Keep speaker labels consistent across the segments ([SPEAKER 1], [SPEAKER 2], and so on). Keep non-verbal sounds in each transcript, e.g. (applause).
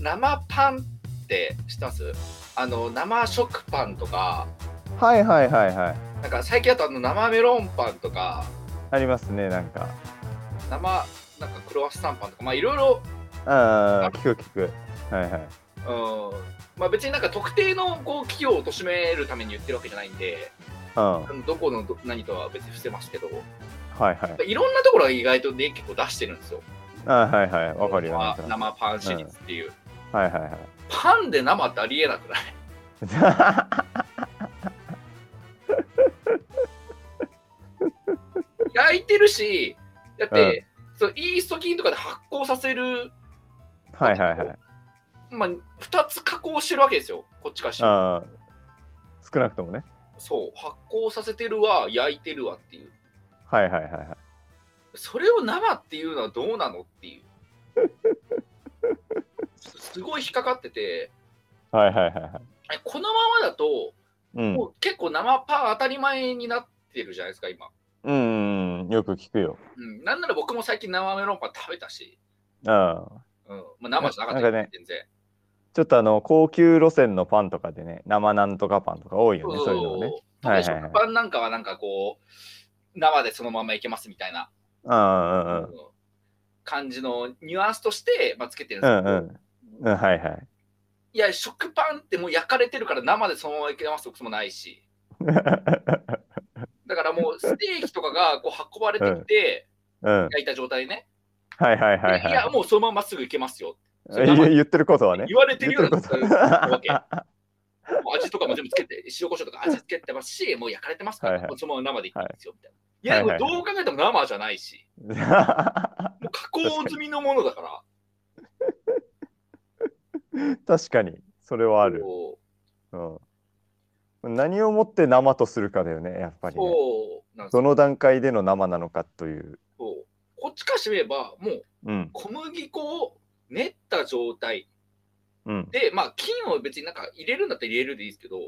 [SPEAKER 1] 生パンって知ってますあの生食パンとか
[SPEAKER 2] はいはいはいはい。
[SPEAKER 1] なんか最近だとあの生メロンパンとか
[SPEAKER 2] ありますね、なんか。
[SPEAKER 1] 生なんかクロワッサンパンとかまあいろいろ
[SPEAKER 2] ああ、聞く聞く。はいはい。
[SPEAKER 1] うんまあ別になんか特定のこう企業を貶めるために言ってるわけじゃないんで
[SPEAKER 2] うん。は
[SPEAKER 1] あのどこのど何とは別に伏せますけどや
[SPEAKER 2] いはい
[SPEAKER 1] っぱ。いろんなところが意外とね結構出してるんですよ
[SPEAKER 2] あーはいはい。わかるよ。なん
[SPEAKER 1] 生
[SPEAKER 2] となく
[SPEAKER 1] 生パンシリーズっていう、
[SPEAKER 2] はいはいはい。
[SPEAKER 1] パンで生ってありえなくない焼いてるしだって、そうイースト菌とかで発酵させる、
[SPEAKER 2] はいはいはい。
[SPEAKER 1] まあ、2つ加工してるわけですよこっちからして
[SPEAKER 2] ああ、少なくともね。
[SPEAKER 1] そう発酵させてるわ焼いてるわっていう
[SPEAKER 2] はいはいはいはい。
[SPEAKER 1] それを生っていうのはどうなのって
[SPEAKER 2] (laughs)
[SPEAKER 1] いうすごい引っかかってて
[SPEAKER 2] はいはいはいはい。
[SPEAKER 1] えこのままだと
[SPEAKER 2] うん。
[SPEAKER 1] もう結構生パン当たり前になってるじゃないですか今、
[SPEAKER 2] うんうん、よく聞くよ。
[SPEAKER 1] うん、なんなら僕も最近生メロンパン食べたし、
[SPEAKER 2] ああ。
[SPEAKER 1] うんまあ、生じゃなかったけど
[SPEAKER 2] なんかね
[SPEAKER 1] 全然
[SPEAKER 2] ちょっとあの、高級路線のパンとかでね、生なんとかパンとか多いよ
[SPEAKER 1] そうそ
[SPEAKER 2] ね、
[SPEAKER 1] う
[SPEAKER 2] そういうのもね。
[SPEAKER 1] そう
[SPEAKER 2] はいはいはい
[SPEAKER 1] 食パンなんかはなんかこう生でそのままいけますみたいな、
[SPEAKER 2] うんうん
[SPEAKER 1] うん感じのニュアンスとして、まあ、つけてるん
[SPEAKER 2] う
[SPEAKER 1] です
[SPEAKER 2] ん。
[SPEAKER 1] け
[SPEAKER 2] う
[SPEAKER 1] ど、
[SPEAKER 2] んうん。うん、はいはい。
[SPEAKER 1] いや食パンってもう焼かれてるから生でそのままいけますこともないしだからもうステーキとかがこう運ばれてきて
[SPEAKER 2] うん。はい
[SPEAKER 1] 焼いた状態でね、
[SPEAKER 2] はいはいはい。
[SPEAKER 1] でいやもうそのまますぐいけますよそれ
[SPEAKER 2] いや (laughs) 言ってることはね。
[SPEAKER 1] 言われてるような
[SPEAKER 2] 言ってること
[SPEAKER 1] わ
[SPEAKER 2] (laughs)
[SPEAKER 1] け。もう味とかも全部つけて、塩コショウとか味つけてますし、もう焼かれてますから、
[SPEAKER 2] はいはい
[SPEAKER 1] もうそのまま生でいっていいんですよ、みたいな。
[SPEAKER 2] はい
[SPEAKER 1] い、や、でも
[SPEAKER 2] は
[SPEAKER 1] ど
[SPEAKER 2] い
[SPEAKER 1] う考えても生じゃないし、もう加工済みのものだから。
[SPEAKER 2] 確かに、それはある。
[SPEAKER 1] そ
[SPEAKER 2] うん、何をもって生とするかだよね、やっぱ
[SPEAKER 1] う
[SPEAKER 2] り、ね。
[SPEAKER 1] そうなんです
[SPEAKER 2] ど
[SPEAKER 1] よ
[SPEAKER 2] の段階での生なのかという。
[SPEAKER 1] そうこっちからしてみれば、もう
[SPEAKER 2] うん。
[SPEAKER 1] 小麦粉を練った状態
[SPEAKER 2] うん。
[SPEAKER 1] で、まあ、菌を別になんか入れるんだったら入れるでいいですけど、も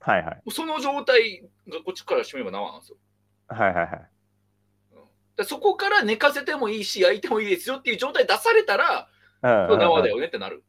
[SPEAKER 2] はいはいう
[SPEAKER 1] その状態がこっちからしてみれば生なんですよ。
[SPEAKER 2] はいはいはい。
[SPEAKER 1] だからそこから寝かせてもいいし、焼いてもいいですよっていう状態出されたら、
[SPEAKER 2] うんうんうん
[SPEAKER 1] 生だよねってなる。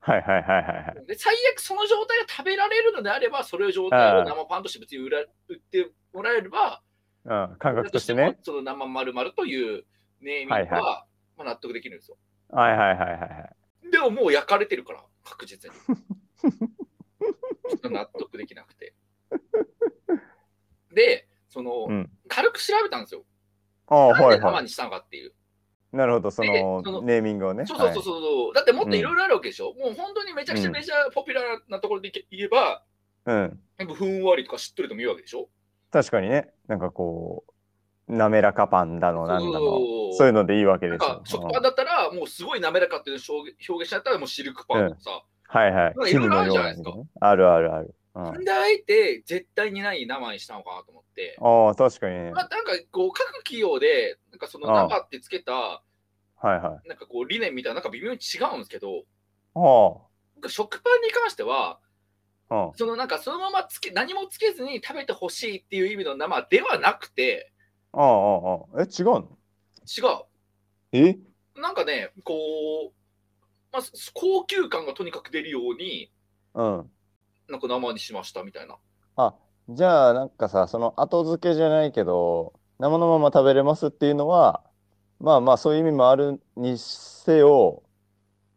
[SPEAKER 2] はいはいはいはいはい。
[SPEAKER 1] で最悪その状態が食べられるのであれば、それを状態を生パンとして別に売ら売ってもらえれば、
[SPEAKER 2] うん、感覚としてね。
[SPEAKER 1] その生まるというネーミングは、
[SPEAKER 2] はいは
[SPEAKER 1] まあ、納得できるんですよ。
[SPEAKER 2] はいはいはいはいはい。
[SPEAKER 1] でももう焼かれてるから、確実に。ちょっと納得できなくて。で、その、
[SPEAKER 2] うん
[SPEAKER 1] 軽く調べたんですよ。
[SPEAKER 2] ああ、
[SPEAKER 1] なん
[SPEAKER 2] は
[SPEAKER 1] で
[SPEAKER 2] いは
[SPEAKER 1] 生
[SPEAKER 2] い。
[SPEAKER 1] にしたのかっていう。
[SPEAKER 2] なるほど、そ
[SPEAKER 1] でその
[SPEAKER 2] のネーミングをね。
[SPEAKER 1] そうそうそうそうそう、だってもっといろいろあるわけでしょ。もう本当にめちゃくちゃ
[SPEAKER 2] うん
[SPEAKER 1] メジャーポピュラーなところで言えば、
[SPEAKER 2] はい。うん。
[SPEAKER 1] なんかふんわりとかしっとりともいいわけでしょ。
[SPEAKER 2] 確かにね、なんかこう、滑らかパンだの、なんだの、そういうのでいいわけ
[SPEAKER 1] な
[SPEAKER 2] で
[SPEAKER 1] ん
[SPEAKER 2] す
[SPEAKER 1] か
[SPEAKER 2] よ。
[SPEAKER 1] 食パンだったら、もうすごい滑らかっていうのを表現表現しちゃったら、もうシルクパンとかさ。
[SPEAKER 2] はいは
[SPEAKER 1] なんか
[SPEAKER 2] い。
[SPEAKER 1] いろいろあ
[SPEAKER 2] の
[SPEAKER 1] るじゃないです
[SPEAKER 2] に
[SPEAKER 1] か
[SPEAKER 2] ね。あるあるある。うん、
[SPEAKER 1] なんであえて絶対にない生にしたのかなと思って。
[SPEAKER 2] ああ、確かにね。
[SPEAKER 1] まあ、なんかこう各企業で、なんかその
[SPEAKER 2] ああ
[SPEAKER 1] 生ってつけた、
[SPEAKER 2] はいはい。あ
[SPEAKER 1] なんかこう理念みたいな、なんか微妙に違うんですけど、
[SPEAKER 2] あ
[SPEAKER 1] なんか食パンに関しては、
[SPEAKER 2] うん。
[SPEAKER 1] そのなんかそのままつけ何もつけずに食べてほしいっていう意味の生ではなくて、
[SPEAKER 2] ああああああ。え、違うの
[SPEAKER 1] 違
[SPEAKER 2] え
[SPEAKER 1] う。なんかね、こう、まあ、高級感がとにかく出るように、
[SPEAKER 2] うん。
[SPEAKER 1] なんか生にしましたみたいな。
[SPEAKER 2] あ、じゃあなんかさ、その後付けじゃないけど、生のまま食べれますっていうのは、まあまあそういう意味もあるにせよ、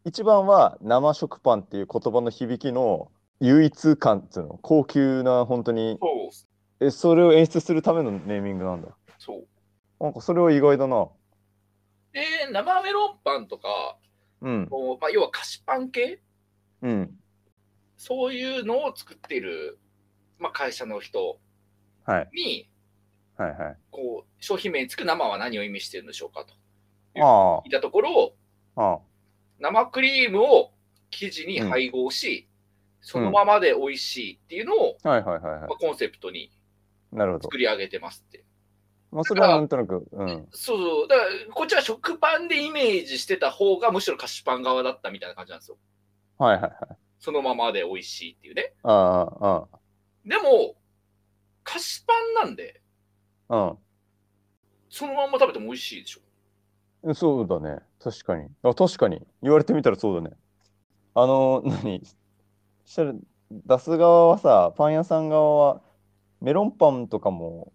[SPEAKER 2] 一番は生食パンっていう言葉の響きの唯一感っていうの、高級な本当に、
[SPEAKER 1] そう
[SPEAKER 2] え、それを演出するためのネーミングなんだ。
[SPEAKER 1] そう
[SPEAKER 2] なんかそれは意外だな。
[SPEAKER 1] で、生メロンパンとか、
[SPEAKER 2] うん。
[SPEAKER 1] こうまあ、要は菓子パン系、
[SPEAKER 2] うん。
[SPEAKER 1] そういうのを作っている、まあ、会社の人
[SPEAKER 2] はい。
[SPEAKER 1] に、
[SPEAKER 2] はいはい。
[SPEAKER 1] こう、商品名につく生は何を意味しているんでしょうかと
[SPEAKER 2] あ
[SPEAKER 1] 聞いたところ、
[SPEAKER 2] あ、ああ。
[SPEAKER 1] 生クリームを生地に配合し、そのままで美味しいっていうのを、
[SPEAKER 2] はいはいはいは
[SPEAKER 1] まあ、コンセプトに
[SPEAKER 2] い。なるほど
[SPEAKER 1] 作。り上げてますって。
[SPEAKER 2] まあそれはなんとなく、うん。
[SPEAKER 1] そうそう。だから、こっちは食パンでイメージしてた方が、むしろ菓子パン側だったみたいな感じなんですよ。
[SPEAKER 2] はいはいはい。
[SPEAKER 1] そのままで美味しいっていうね。
[SPEAKER 2] ああ、あ
[SPEAKER 1] でも、菓子パンなんで、
[SPEAKER 2] あ、
[SPEAKER 1] そのまんま食べても美味しいでしょ。
[SPEAKER 2] うん。そうだね。確かに。あ、確かに。言われてみたらそうだね。あの、 (laughs) 何したら出す側はさ、パン屋さん側は、メロンパンとかも、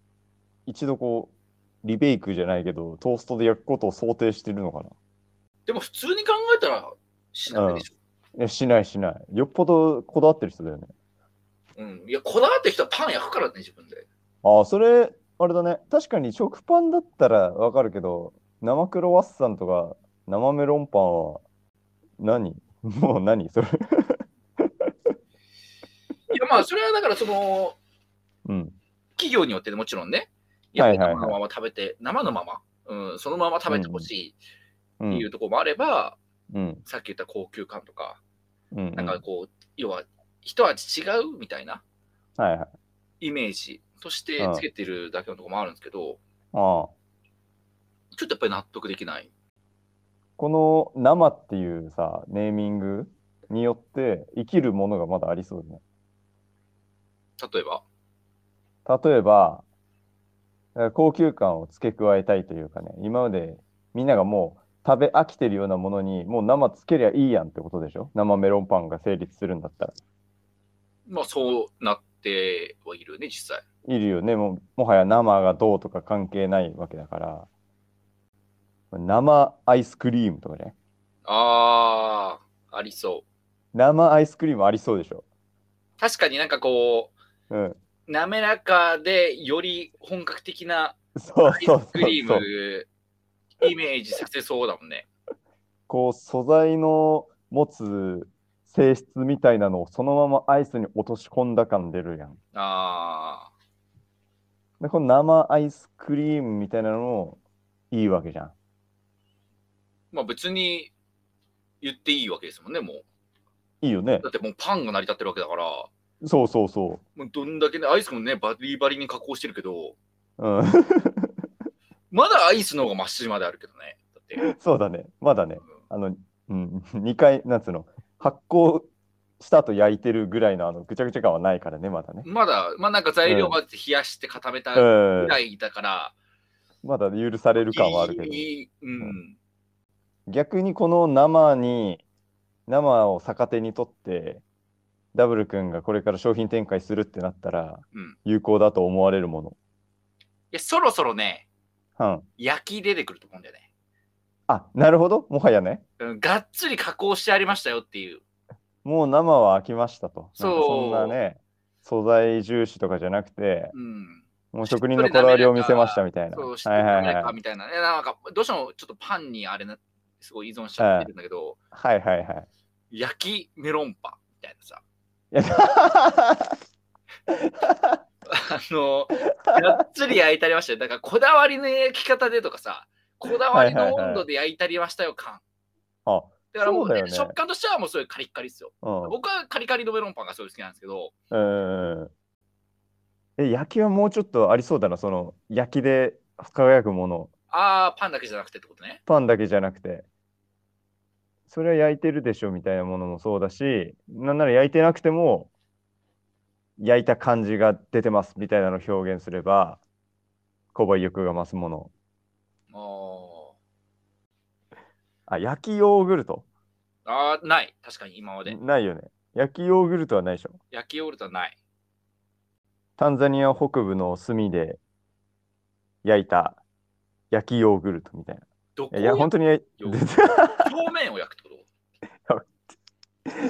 [SPEAKER 2] 一度こう、リベイクじゃないけど、トーストで焼くことを想定してるのかな
[SPEAKER 1] でも普通に考えたらしないでしょ。
[SPEAKER 2] え、しないしない。よっぽどこだわってる人だよね。
[SPEAKER 1] うん。いや、こだわってる人はパン焼くからね、自分で。
[SPEAKER 2] ああ、それ、あれだね。確かに食パンだったらわかるけど、生クロワッサンとか生メロンパンは何、 (laughs) もう何それ。
[SPEAKER 1] いや、まあ、それはだから、その、
[SPEAKER 2] うん。
[SPEAKER 1] 企業によってねもちろんね、やっぱ
[SPEAKER 2] はい
[SPEAKER 1] り
[SPEAKER 2] はいはい
[SPEAKER 1] 生のまま食べて、生のまま、うん、そのまま食べてほし
[SPEAKER 2] う
[SPEAKER 1] いってい
[SPEAKER 2] ん。
[SPEAKER 1] うところもあれば、
[SPEAKER 2] うん。
[SPEAKER 1] さっき言った高級感とか、
[SPEAKER 2] うん。
[SPEAKER 1] なん
[SPEAKER 2] う
[SPEAKER 1] か
[SPEAKER 2] ん
[SPEAKER 1] こう、要は一味違うみたいな
[SPEAKER 2] はいはい。
[SPEAKER 1] イメージとしてつけてるだけのところもあるんですけど、
[SPEAKER 2] ああ。
[SPEAKER 1] ちょっとやっぱり納得できない。
[SPEAKER 2] この生っていうさ、ネーミングによって生きるものがまだありそうだね。
[SPEAKER 1] 例えば、
[SPEAKER 2] 例えば、えー高級感を付け加えたいというかね、今までみんながもう食べ飽きてるようなものに、もう生つけりゃいいやんってことでしょ生メロンパンが成立するんだったら。
[SPEAKER 1] まあそうなってはいるね、実際。
[SPEAKER 2] いるよね。もうもはや生がどうとか関係ないわけだから。生アイスクリームとかね。
[SPEAKER 1] ああ、ありそ
[SPEAKER 2] 生アイスクリームありそうでしょ。
[SPEAKER 1] う。確かになんかこ
[SPEAKER 2] うん。 (laughs)
[SPEAKER 1] う、滑らかでより本格的な
[SPEAKER 2] そう
[SPEAKER 1] アイ
[SPEAKER 2] そう
[SPEAKER 1] スク
[SPEAKER 2] そう
[SPEAKER 1] リー
[SPEAKER 2] そう。
[SPEAKER 1] ムイメージさせそうだもんね。
[SPEAKER 2] こう素材の持つ性質みたいなのをそのままアイスに落とし込んだ感出るやん。
[SPEAKER 1] ああ、
[SPEAKER 2] で、この生アイスクリームみたいなのもいいわけじゃん。
[SPEAKER 1] まあ別に言っていいわけですもんね、もう。
[SPEAKER 2] いいよね
[SPEAKER 1] だ。ってもうパンが成り立ってるわけだから、も
[SPEAKER 2] そうそうそう
[SPEAKER 1] どんだけね、アイスもね、バリバリに加工してるけど、
[SPEAKER 2] う。うん。 (laughs)
[SPEAKER 1] まだアイスの方がマシまであるけどね。だって、
[SPEAKER 2] そうだね。まだね
[SPEAKER 1] うん。
[SPEAKER 2] あの、うん、2回、 (laughs) なんつうの、発酵した後焼いてるぐらいのあのぐちゃぐちゃ感はないからね、まだね。
[SPEAKER 1] まだ、まあなんか材料まで冷やして固めたぐ
[SPEAKER 2] うん、
[SPEAKER 1] らいだから、
[SPEAKER 2] まだ許される感はあるけど
[SPEAKER 1] ギ、リギリうん。
[SPEAKER 2] 逆にこの生に、生を逆手にとって、ダブル君がこれから商品展開するってなったら
[SPEAKER 1] うん、
[SPEAKER 2] 有効だと思われるも
[SPEAKER 1] いや、そろそろね、
[SPEAKER 2] の。うん。
[SPEAKER 1] 焼き出てくると思うんだよね。
[SPEAKER 2] あ、なるほど。もはやね。
[SPEAKER 1] うん、がっつり加工してありましたよっていう。
[SPEAKER 2] もう生は飽きましたと。なんか
[SPEAKER 1] そう
[SPEAKER 2] そんなね、素材重視とかじゃなくて、
[SPEAKER 1] うん。
[SPEAKER 2] もう職人のこだわりを見せましたみたいな。
[SPEAKER 1] そう、し
[SPEAKER 2] はいはい
[SPEAKER 1] て
[SPEAKER 2] は
[SPEAKER 1] る
[SPEAKER 2] い
[SPEAKER 1] か。みたいな。ねなんか、どうしてもちょっとパンにあれな、すごい依存しちゃってるんだけど、
[SPEAKER 2] はいはいはい。
[SPEAKER 1] 焼きメロンパンみたいなさ。
[SPEAKER 2] いや
[SPEAKER 1] あの、がっつり焼いたりましたよ。だから、こだわりの焼き方でとかさ、こだわり
[SPEAKER 2] はい
[SPEAKER 1] の
[SPEAKER 2] はいはい
[SPEAKER 1] 温度で焼いたりましたよ感。
[SPEAKER 2] (laughs) あ、
[SPEAKER 1] だからもう,、
[SPEAKER 2] そうだよね
[SPEAKER 1] 食感としてはもうすごいカリッカリですよ。
[SPEAKER 2] うん。
[SPEAKER 1] 僕はカリカリのメロンパンがすごい好きなんですけど、
[SPEAKER 2] うん。え、焼きはもうちょっとありそうだな、その焼きで輝くもの、
[SPEAKER 1] あー、パンだけじゃなくてってことね。
[SPEAKER 2] パンだけじゃなくて、それは焼いてるでしょみたいなものもそうだし、なんなら焼いてなくても、焼いた感じが出てますみたいなのを表現すれば、購買意欲が増すもの。
[SPEAKER 1] あー
[SPEAKER 2] あ、焼きヨーグルト
[SPEAKER 1] あー、ない。確かに今まで。
[SPEAKER 2] ないよね。焼きヨーグルトはないでしょ。
[SPEAKER 1] 焼きヨーグルトはない。
[SPEAKER 2] タンザニア北部の炭で焼いた焼きヨーグルトみたいな。
[SPEAKER 1] どこ
[SPEAKER 2] いや、
[SPEAKER 1] を
[SPEAKER 2] 本当に焼い
[SPEAKER 1] よ表面を焼くってこ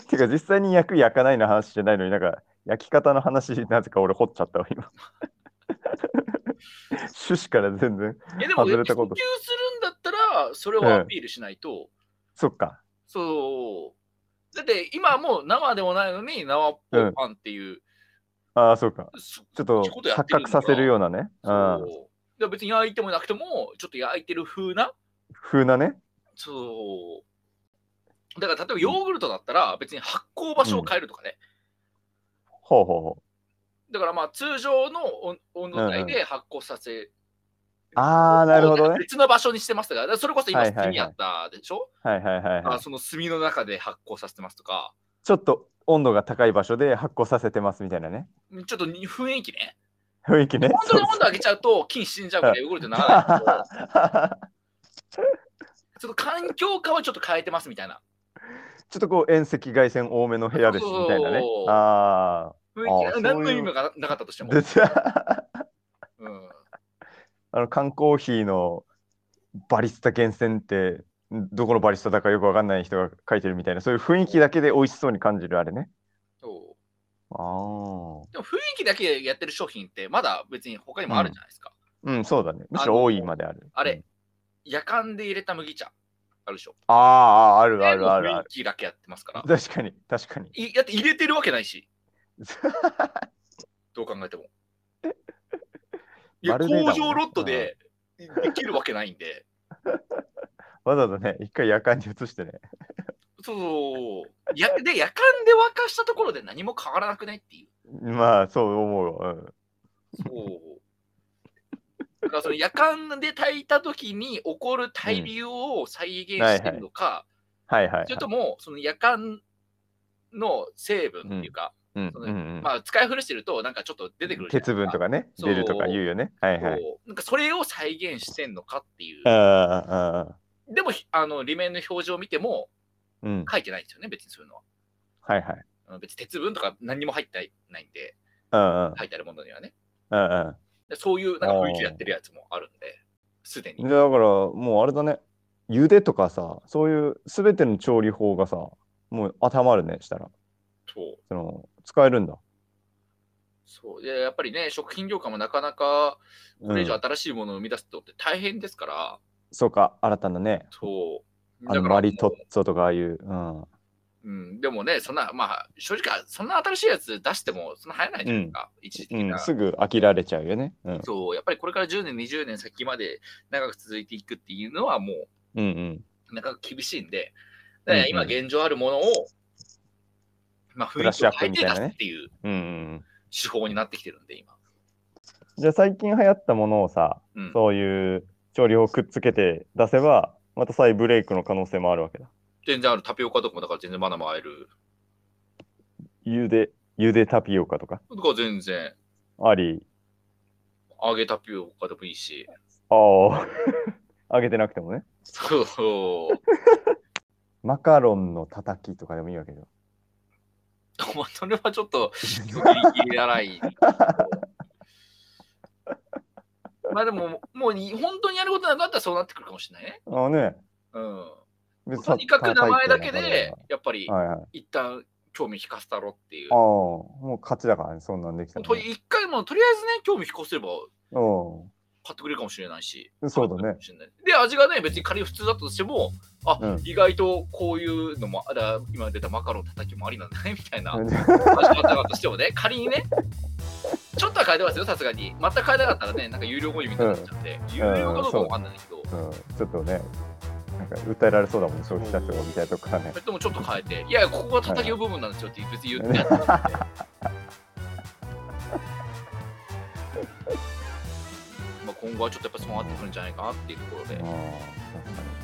[SPEAKER 1] と
[SPEAKER 2] (laughs) てか、実際に焼く、焼かないの話じゃないのに、なんか、焼き方の話、なぜか俺、掘っちゃったわ、
[SPEAKER 1] (laughs)
[SPEAKER 2] 今。趣旨から全然。
[SPEAKER 1] えでも、普
[SPEAKER 2] 外れ
[SPEAKER 1] 及す
[SPEAKER 2] た
[SPEAKER 1] る
[SPEAKER 2] こ
[SPEAKER 1] ん
[SPEAKER 2] と
[SPEAKER 1] だったら、それをアピールしないと、
[SPEAKER 2] そっか。
[SPEAKER 1] そう。だって、今はもう生でもないのに、生っぽいパンっていう、
[SPEAKER 2] ああ、そうか。
[SPEAKER 1] そ
[SPEAKER 2] ちょっと
[SPEAKER 1] そういうことや
[SPEAKER 2] 錯
[SPEAKER 1] ってるん
[SPEAKER 2] 覚
[SPEAKER 1] だ
[SPEAKER 2] させるようなね。
[SPEAKER 1] そ
[SPEAKER 2] うん。
[SPEAKER 1] う。だから別に焼いてもなくても、ちょっと焼いてる風な、
[SPEAKER 2] 風なね。
[SPEAKER 1] そう。だから例えばヨーグルトだったら、別に発酵場所を変えるとかね。
[SPEAKER 2] ほうほうほ
[SPEAKER 1] だからまあ通常の温温度帯で発酵させる、
[SPEAKER 2] う。ああ、なるほどね。
[SPEAKER 1] 別の場所にしてますとか、だからそれこそ今
[SPEAKER 2] はいはいは
[SPEAKER 1] 炭
[SPEAKER 2] い
[SPEAKER 1] やったでしょ、
[SPEAKER 2] はいはいはいは
[SPEAKER 1] あ
[SPEAKER 2] い。
[SPEAKER 1] その炭の中で発酵させてますとか、
[SPEAKER 2] ちょっと温度が高い場所で発酵させてますみたいなね。
[SPEAKER 1] ちょっとに雰囲気ね。
[SPEAKER 2] 雰囲気ね。
[SPEAKER 1] 本当に
[SPEAKER 2] そう
[SPEAKER 1] 温度上げちゃうと菌死んじゃうからヨーグルトにならないけど。ちょっと環境化はちょっと変えてますみたいな。
[SPEAKER 2] ちょっとこう遠赤外線多めの部屋ですみたいなね
[SPEAKER 1] そう。
[SPEAKER 2] あ
[SPEAKER 1] 雰囲
[SPEAKER 2] あ
[SPEAKER 1] 気
[SPEAKER 2] ー
[SPEAKER 1] 何の
[SPEAKER 2] そうい
[SPEAKER 1] 意
[SPEAKER 2] う
[SPEAKER 1] 味がなかったとして
[SPEAKER 2] あ。
[SPEAKER 1] も。
[SPEAKER 2] で
[SPEAKER 1] うん、
[SPEAKER 2] あの缶コーヒーのバリスタ厳選ってどこのバリスタだかよくわかんない人が書いてるみたいなそういう雰囲気だけで美味しそうに感じるあれね。
[SPEAKER 1] そう
[SPEAKER 2] ああ。
[SPEAKER 1] でも雰囲気だけやってる商品ってまだ別に他にもあるじゃないですか。
[SPEAKER 2] うん、そうだね。むしろ多いまである。
[SPEAKER 1] あ
[SPEAKER 2] う
[SPEAKER 1] れ
[SPEAKER 2] ん、
[SPEAKER 1] 夜間で入れた麦茶あるでしょ。
[SPEAKER 2] ああ、あるあるあるあ
[SPEAKER 1] 雰囲
[SPEAKER 2] る。
[SPEAKER 1] 気だけやってますから。
[SPEAKER 2] 確かに、確かに。
[SPEAKER 1] いだって入れてるわけないし、どう考えても。いや
[SPEAKER 2] まるでだもん
[SPEAKER 1] 工場ロットでできるわけないんで。
[SPEAKER 2] わざわざね、一回夜間に移してね。
[SPEAKER 1] そうそうやで夜間で沸かしたところで何も変わらなくないっていう。
[SPEAKER 2] まあ、そう思うわ。
[SPEAKER 1] そう。だからその夜間で炊いた時に起こる対流を再現してるのか、
[SPEAKER 2] はいはい、はい。
[SPEAKER 1] それともその夜間の成分っていうか、
[SPEAKER 2] うん
[SPEAKER 1] その
[SPEAKER 2] うんうん
[SPEAKER 1] まあ使い古してるとなんかちょっと出てくるじゃないです
[SPEAKER 2] 鉄分とかね、
[SPEAKER 1] そう
[SPEAKER 2] 出るとか言うよね。はいはい。
[SPEAKER 1] こうなんかそれを再現してんのかっていう
[SPEAKER 2] あ。あ、ああ。
[SPEAKER 1] でもひあの、裏面の表情を見ても
[SPEAKER 2] うん。
[SPEAKER 1] 書いてないんですよね、別にそういうのは。
[SPEAKER 2] はいはい。
[SPEAKER 1] あの別に鉄分とか何にも入ってないんで、
[SPEAKER 2] うんうん。
[SPEAKER 1] 書いてあるものにはね。
[SPEAKER 2] うんうん。
[SPEAKER 1] でそういうなんか雰囲気でやってるやつもあるんで、すでに
[SPEAKER 2] で。だからもうあれだね茹でとかさそういう全ての調理法がさもう当てはまるねしたら
[SPEAKER 1] そう
[SPEAKER 2] その使えるんだ、
[SPEAKER 1] そうでやっぱりね、食品業界もなかなかこ
[SPEAKER 2] う
[SPEAKER 1] れ
[SPEAKER 2] ん
[SPEAKER 1] 以上新しいものを生み出すのって大変ですから、
[SPEAKER 2] そうか新たなね
[SPEAKER 1] そう。
[SPEAKER 2] あのマリトッツォとかああいう、うん、
[SPEAKER 1] うん、でもね、そんな、まあ、正直、そんな新しいやつ出しても、そんな流行らないじゃないですか、一時的
[SPEAKER 2] う
[SPEAKER 1] な。
[SPEAKER 2] ん、すぐ飽きられちゃうよね、うん、
[SPEAKER 1] そう、やっぱりこれから10年、20年先まで長く続いていくっていうのは、も
[SPEAKER 2] うんうん
[SPEAKER 1] う、なかなか厳しいんで、だから今
[SPEAKER 2] うんうん
[SPEAKER 1] 現状あるものを、まあ、
[SPEAKER 2] ブ
[SPEAKER 1] 雰
[SPEAKER 2] ラ
[SPEAKER 1] 囲
[SPEAKER 2] ッ
[SPEAKER 1] 気
[SPEAKER 2] シ
[SPEAKER 1] を
[SPEAKER 2] ュアップ
[SPEAKER 1] 変え
[SPEAKER 2] み
[SPEAKER 1] て
[SPEAKER 2] た
[SPEAKER 1] 出
[SPEAKER 2] いな
[SPEAKER 1] す
[SPEAKER 2] ね
[SPEAKER 1] っていう
[SPEAKER 2] うんうん
[SPEAKER 1] 手法になってきてるんで、今。
[SPEAKER 2] じゃあ最近流行ったものをさ
[SPEAKER 1] うん、
[SPEAKER 2] そういう調理法をくっつけて出せばまた再ブレイクの可能性もあるわけだ
[SPEAKER 1] 全然あるタピオカとかも、だから全然まだ回る。
[SPEAKER 2] 茹で茹でタピオカとか
[SPEAKER 1] とか全然、
[SPEAKER 2] あり
[SPEAKER 1] 揚げタピオカでもいい
[SPEAKER 2] (laughs)
[SPEAKER 1] し。
[SPEAKER 2] あ (laughs) あ揚げてなくてもね
[SPEAKER 1] そうそう。
[SPEAKER 2] マカロンのたたきとかでもいいわけよ。
[SPEAKER 1] (laughs) まあそれはちょっと、
[SPEAKER 2] (laughs)
[SPEAKER 1] ギリ荒い。まあでも、もうに本当にやることなかったらそうなってくるかもしれないね。
[SPEAKER 2] あのね、
[SPEAKER 1] うん。
[SPEAKER 2] 別
[SPEAKER 1] とにかく名前だけ
[SPEAKER 2] 叩いてる
[SPEAKER 1] で、やっぱり
[SPEAKER 2] 中でははいはい。あ
[SPEAKER 1] 一旦興味引かせたろっていう
[SPEAKER 2] あ、。もう勝ちだからね、そんなんできたら、
[SPEAKER 1] と
[SPEAKER 2] ね。
[SPEAKER 1] 一回もとりあえずね、興味引かせれば
[SPEAKER 2] う
[SPEAKER 1] 買ってくれるかもしれないし。
[SPEAKER 2] ん。そうだ
[SPEAKER 1] 買っ
[SPEAKER 2] ね
[SPEAKER 1] て。くれるか
[SPEAKER 2] (laughs)
[SPEAKER 1] もしれない。で、味がね、別に仮に普通だったとしても、あ、
[SPEAKER 2] うん
[SPEAKER 1] 意外とこういうのも、あだ今出たマカロン叩きもありなんだね、みたいな。
[SPEAKER 2] うん
[SPEAKER 1] 始まったとしてもね、仮にね、ちょっとは変えてますよ、さすがに。全く変えなかったらね、なんか有料語彙みたいになっちゃって、有料かどうかわかんないけど、
[SPEAKER 2] ちょっとね、なんか訴えられそうだもん、消費者庁みたいなとこからね
[SPEAKER 1] そ。れともちょっと変えて、いや、ここが叩きの部分なんですよって別に言ってやったんで。まあ今後はちょっとやっぱそうなってくるんじゃないかなっていうところ
[SPEAKER 2] あ
[SPEAKER 1] で
[SPEAKER 2] あ、確か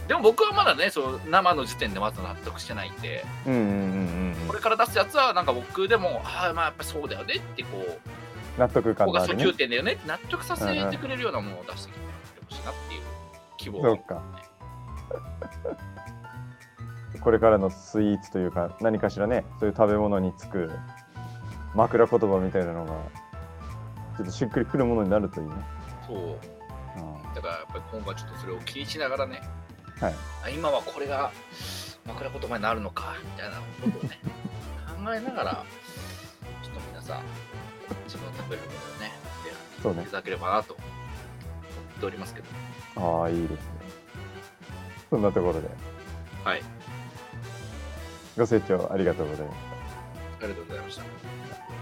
[SPEAKER 1] でも僕はまだねその生の時点でまだ納得してないんで
[SPEAKER 2] に。うんうんうんう
[SPEAKER 1] こ
[SPEAKER 2] ん。
[SPEAKER 1] れから出すやつはなんか僕でもああまあやっぱそうだよねってこう
[SPEAKER 2] 納得
[SPEAKER 1] こ
[SPEAKER 2] 感
[SPEAKER 1] こ
[SPEAKER 2] の
[SPEAKER 1] が
[SPEAKER 2] あ
[SPEAKER 1] 訴
[SPEAKER 2] る
[SPEAKER 1] 求
[SPEAKER 2] ね。
[SPEAKER 1] 点だよねって納得させてくれるようなものを出してきてほしいなっていう希望
[SPEAKER 2] そうか。これからのスイーツというか、何かしらね、そういう食べ物につく枕言葉みたいなのが、ちょっとしっくりくるものになるといいね。
[SPEAKER 1] そう
[SPEAKER 2] うん
[SPEAKER 1] だからやっぱり今後はちょっとそれを気にしながらね、
[SPEAKER 2] はい
[SPEAKER 1] あ今はこれが枕言葉になるのかみたいなことをね考えながらちょっと皆さん自分の食べるものをね
[SPEAKER 2] そ
[SPEAKER 1] 選
[SPEAKER 2] うんね
[SPEAKER 1] でいただければなと思っておりますけど、
[SPEAKER 2] ああ、いいですね。そんなところで、
[SPEAKER 1] はい
[SPEAKER 2] ご清聴ありがとうございます。
[SPEAKER 1] ありがとうございました。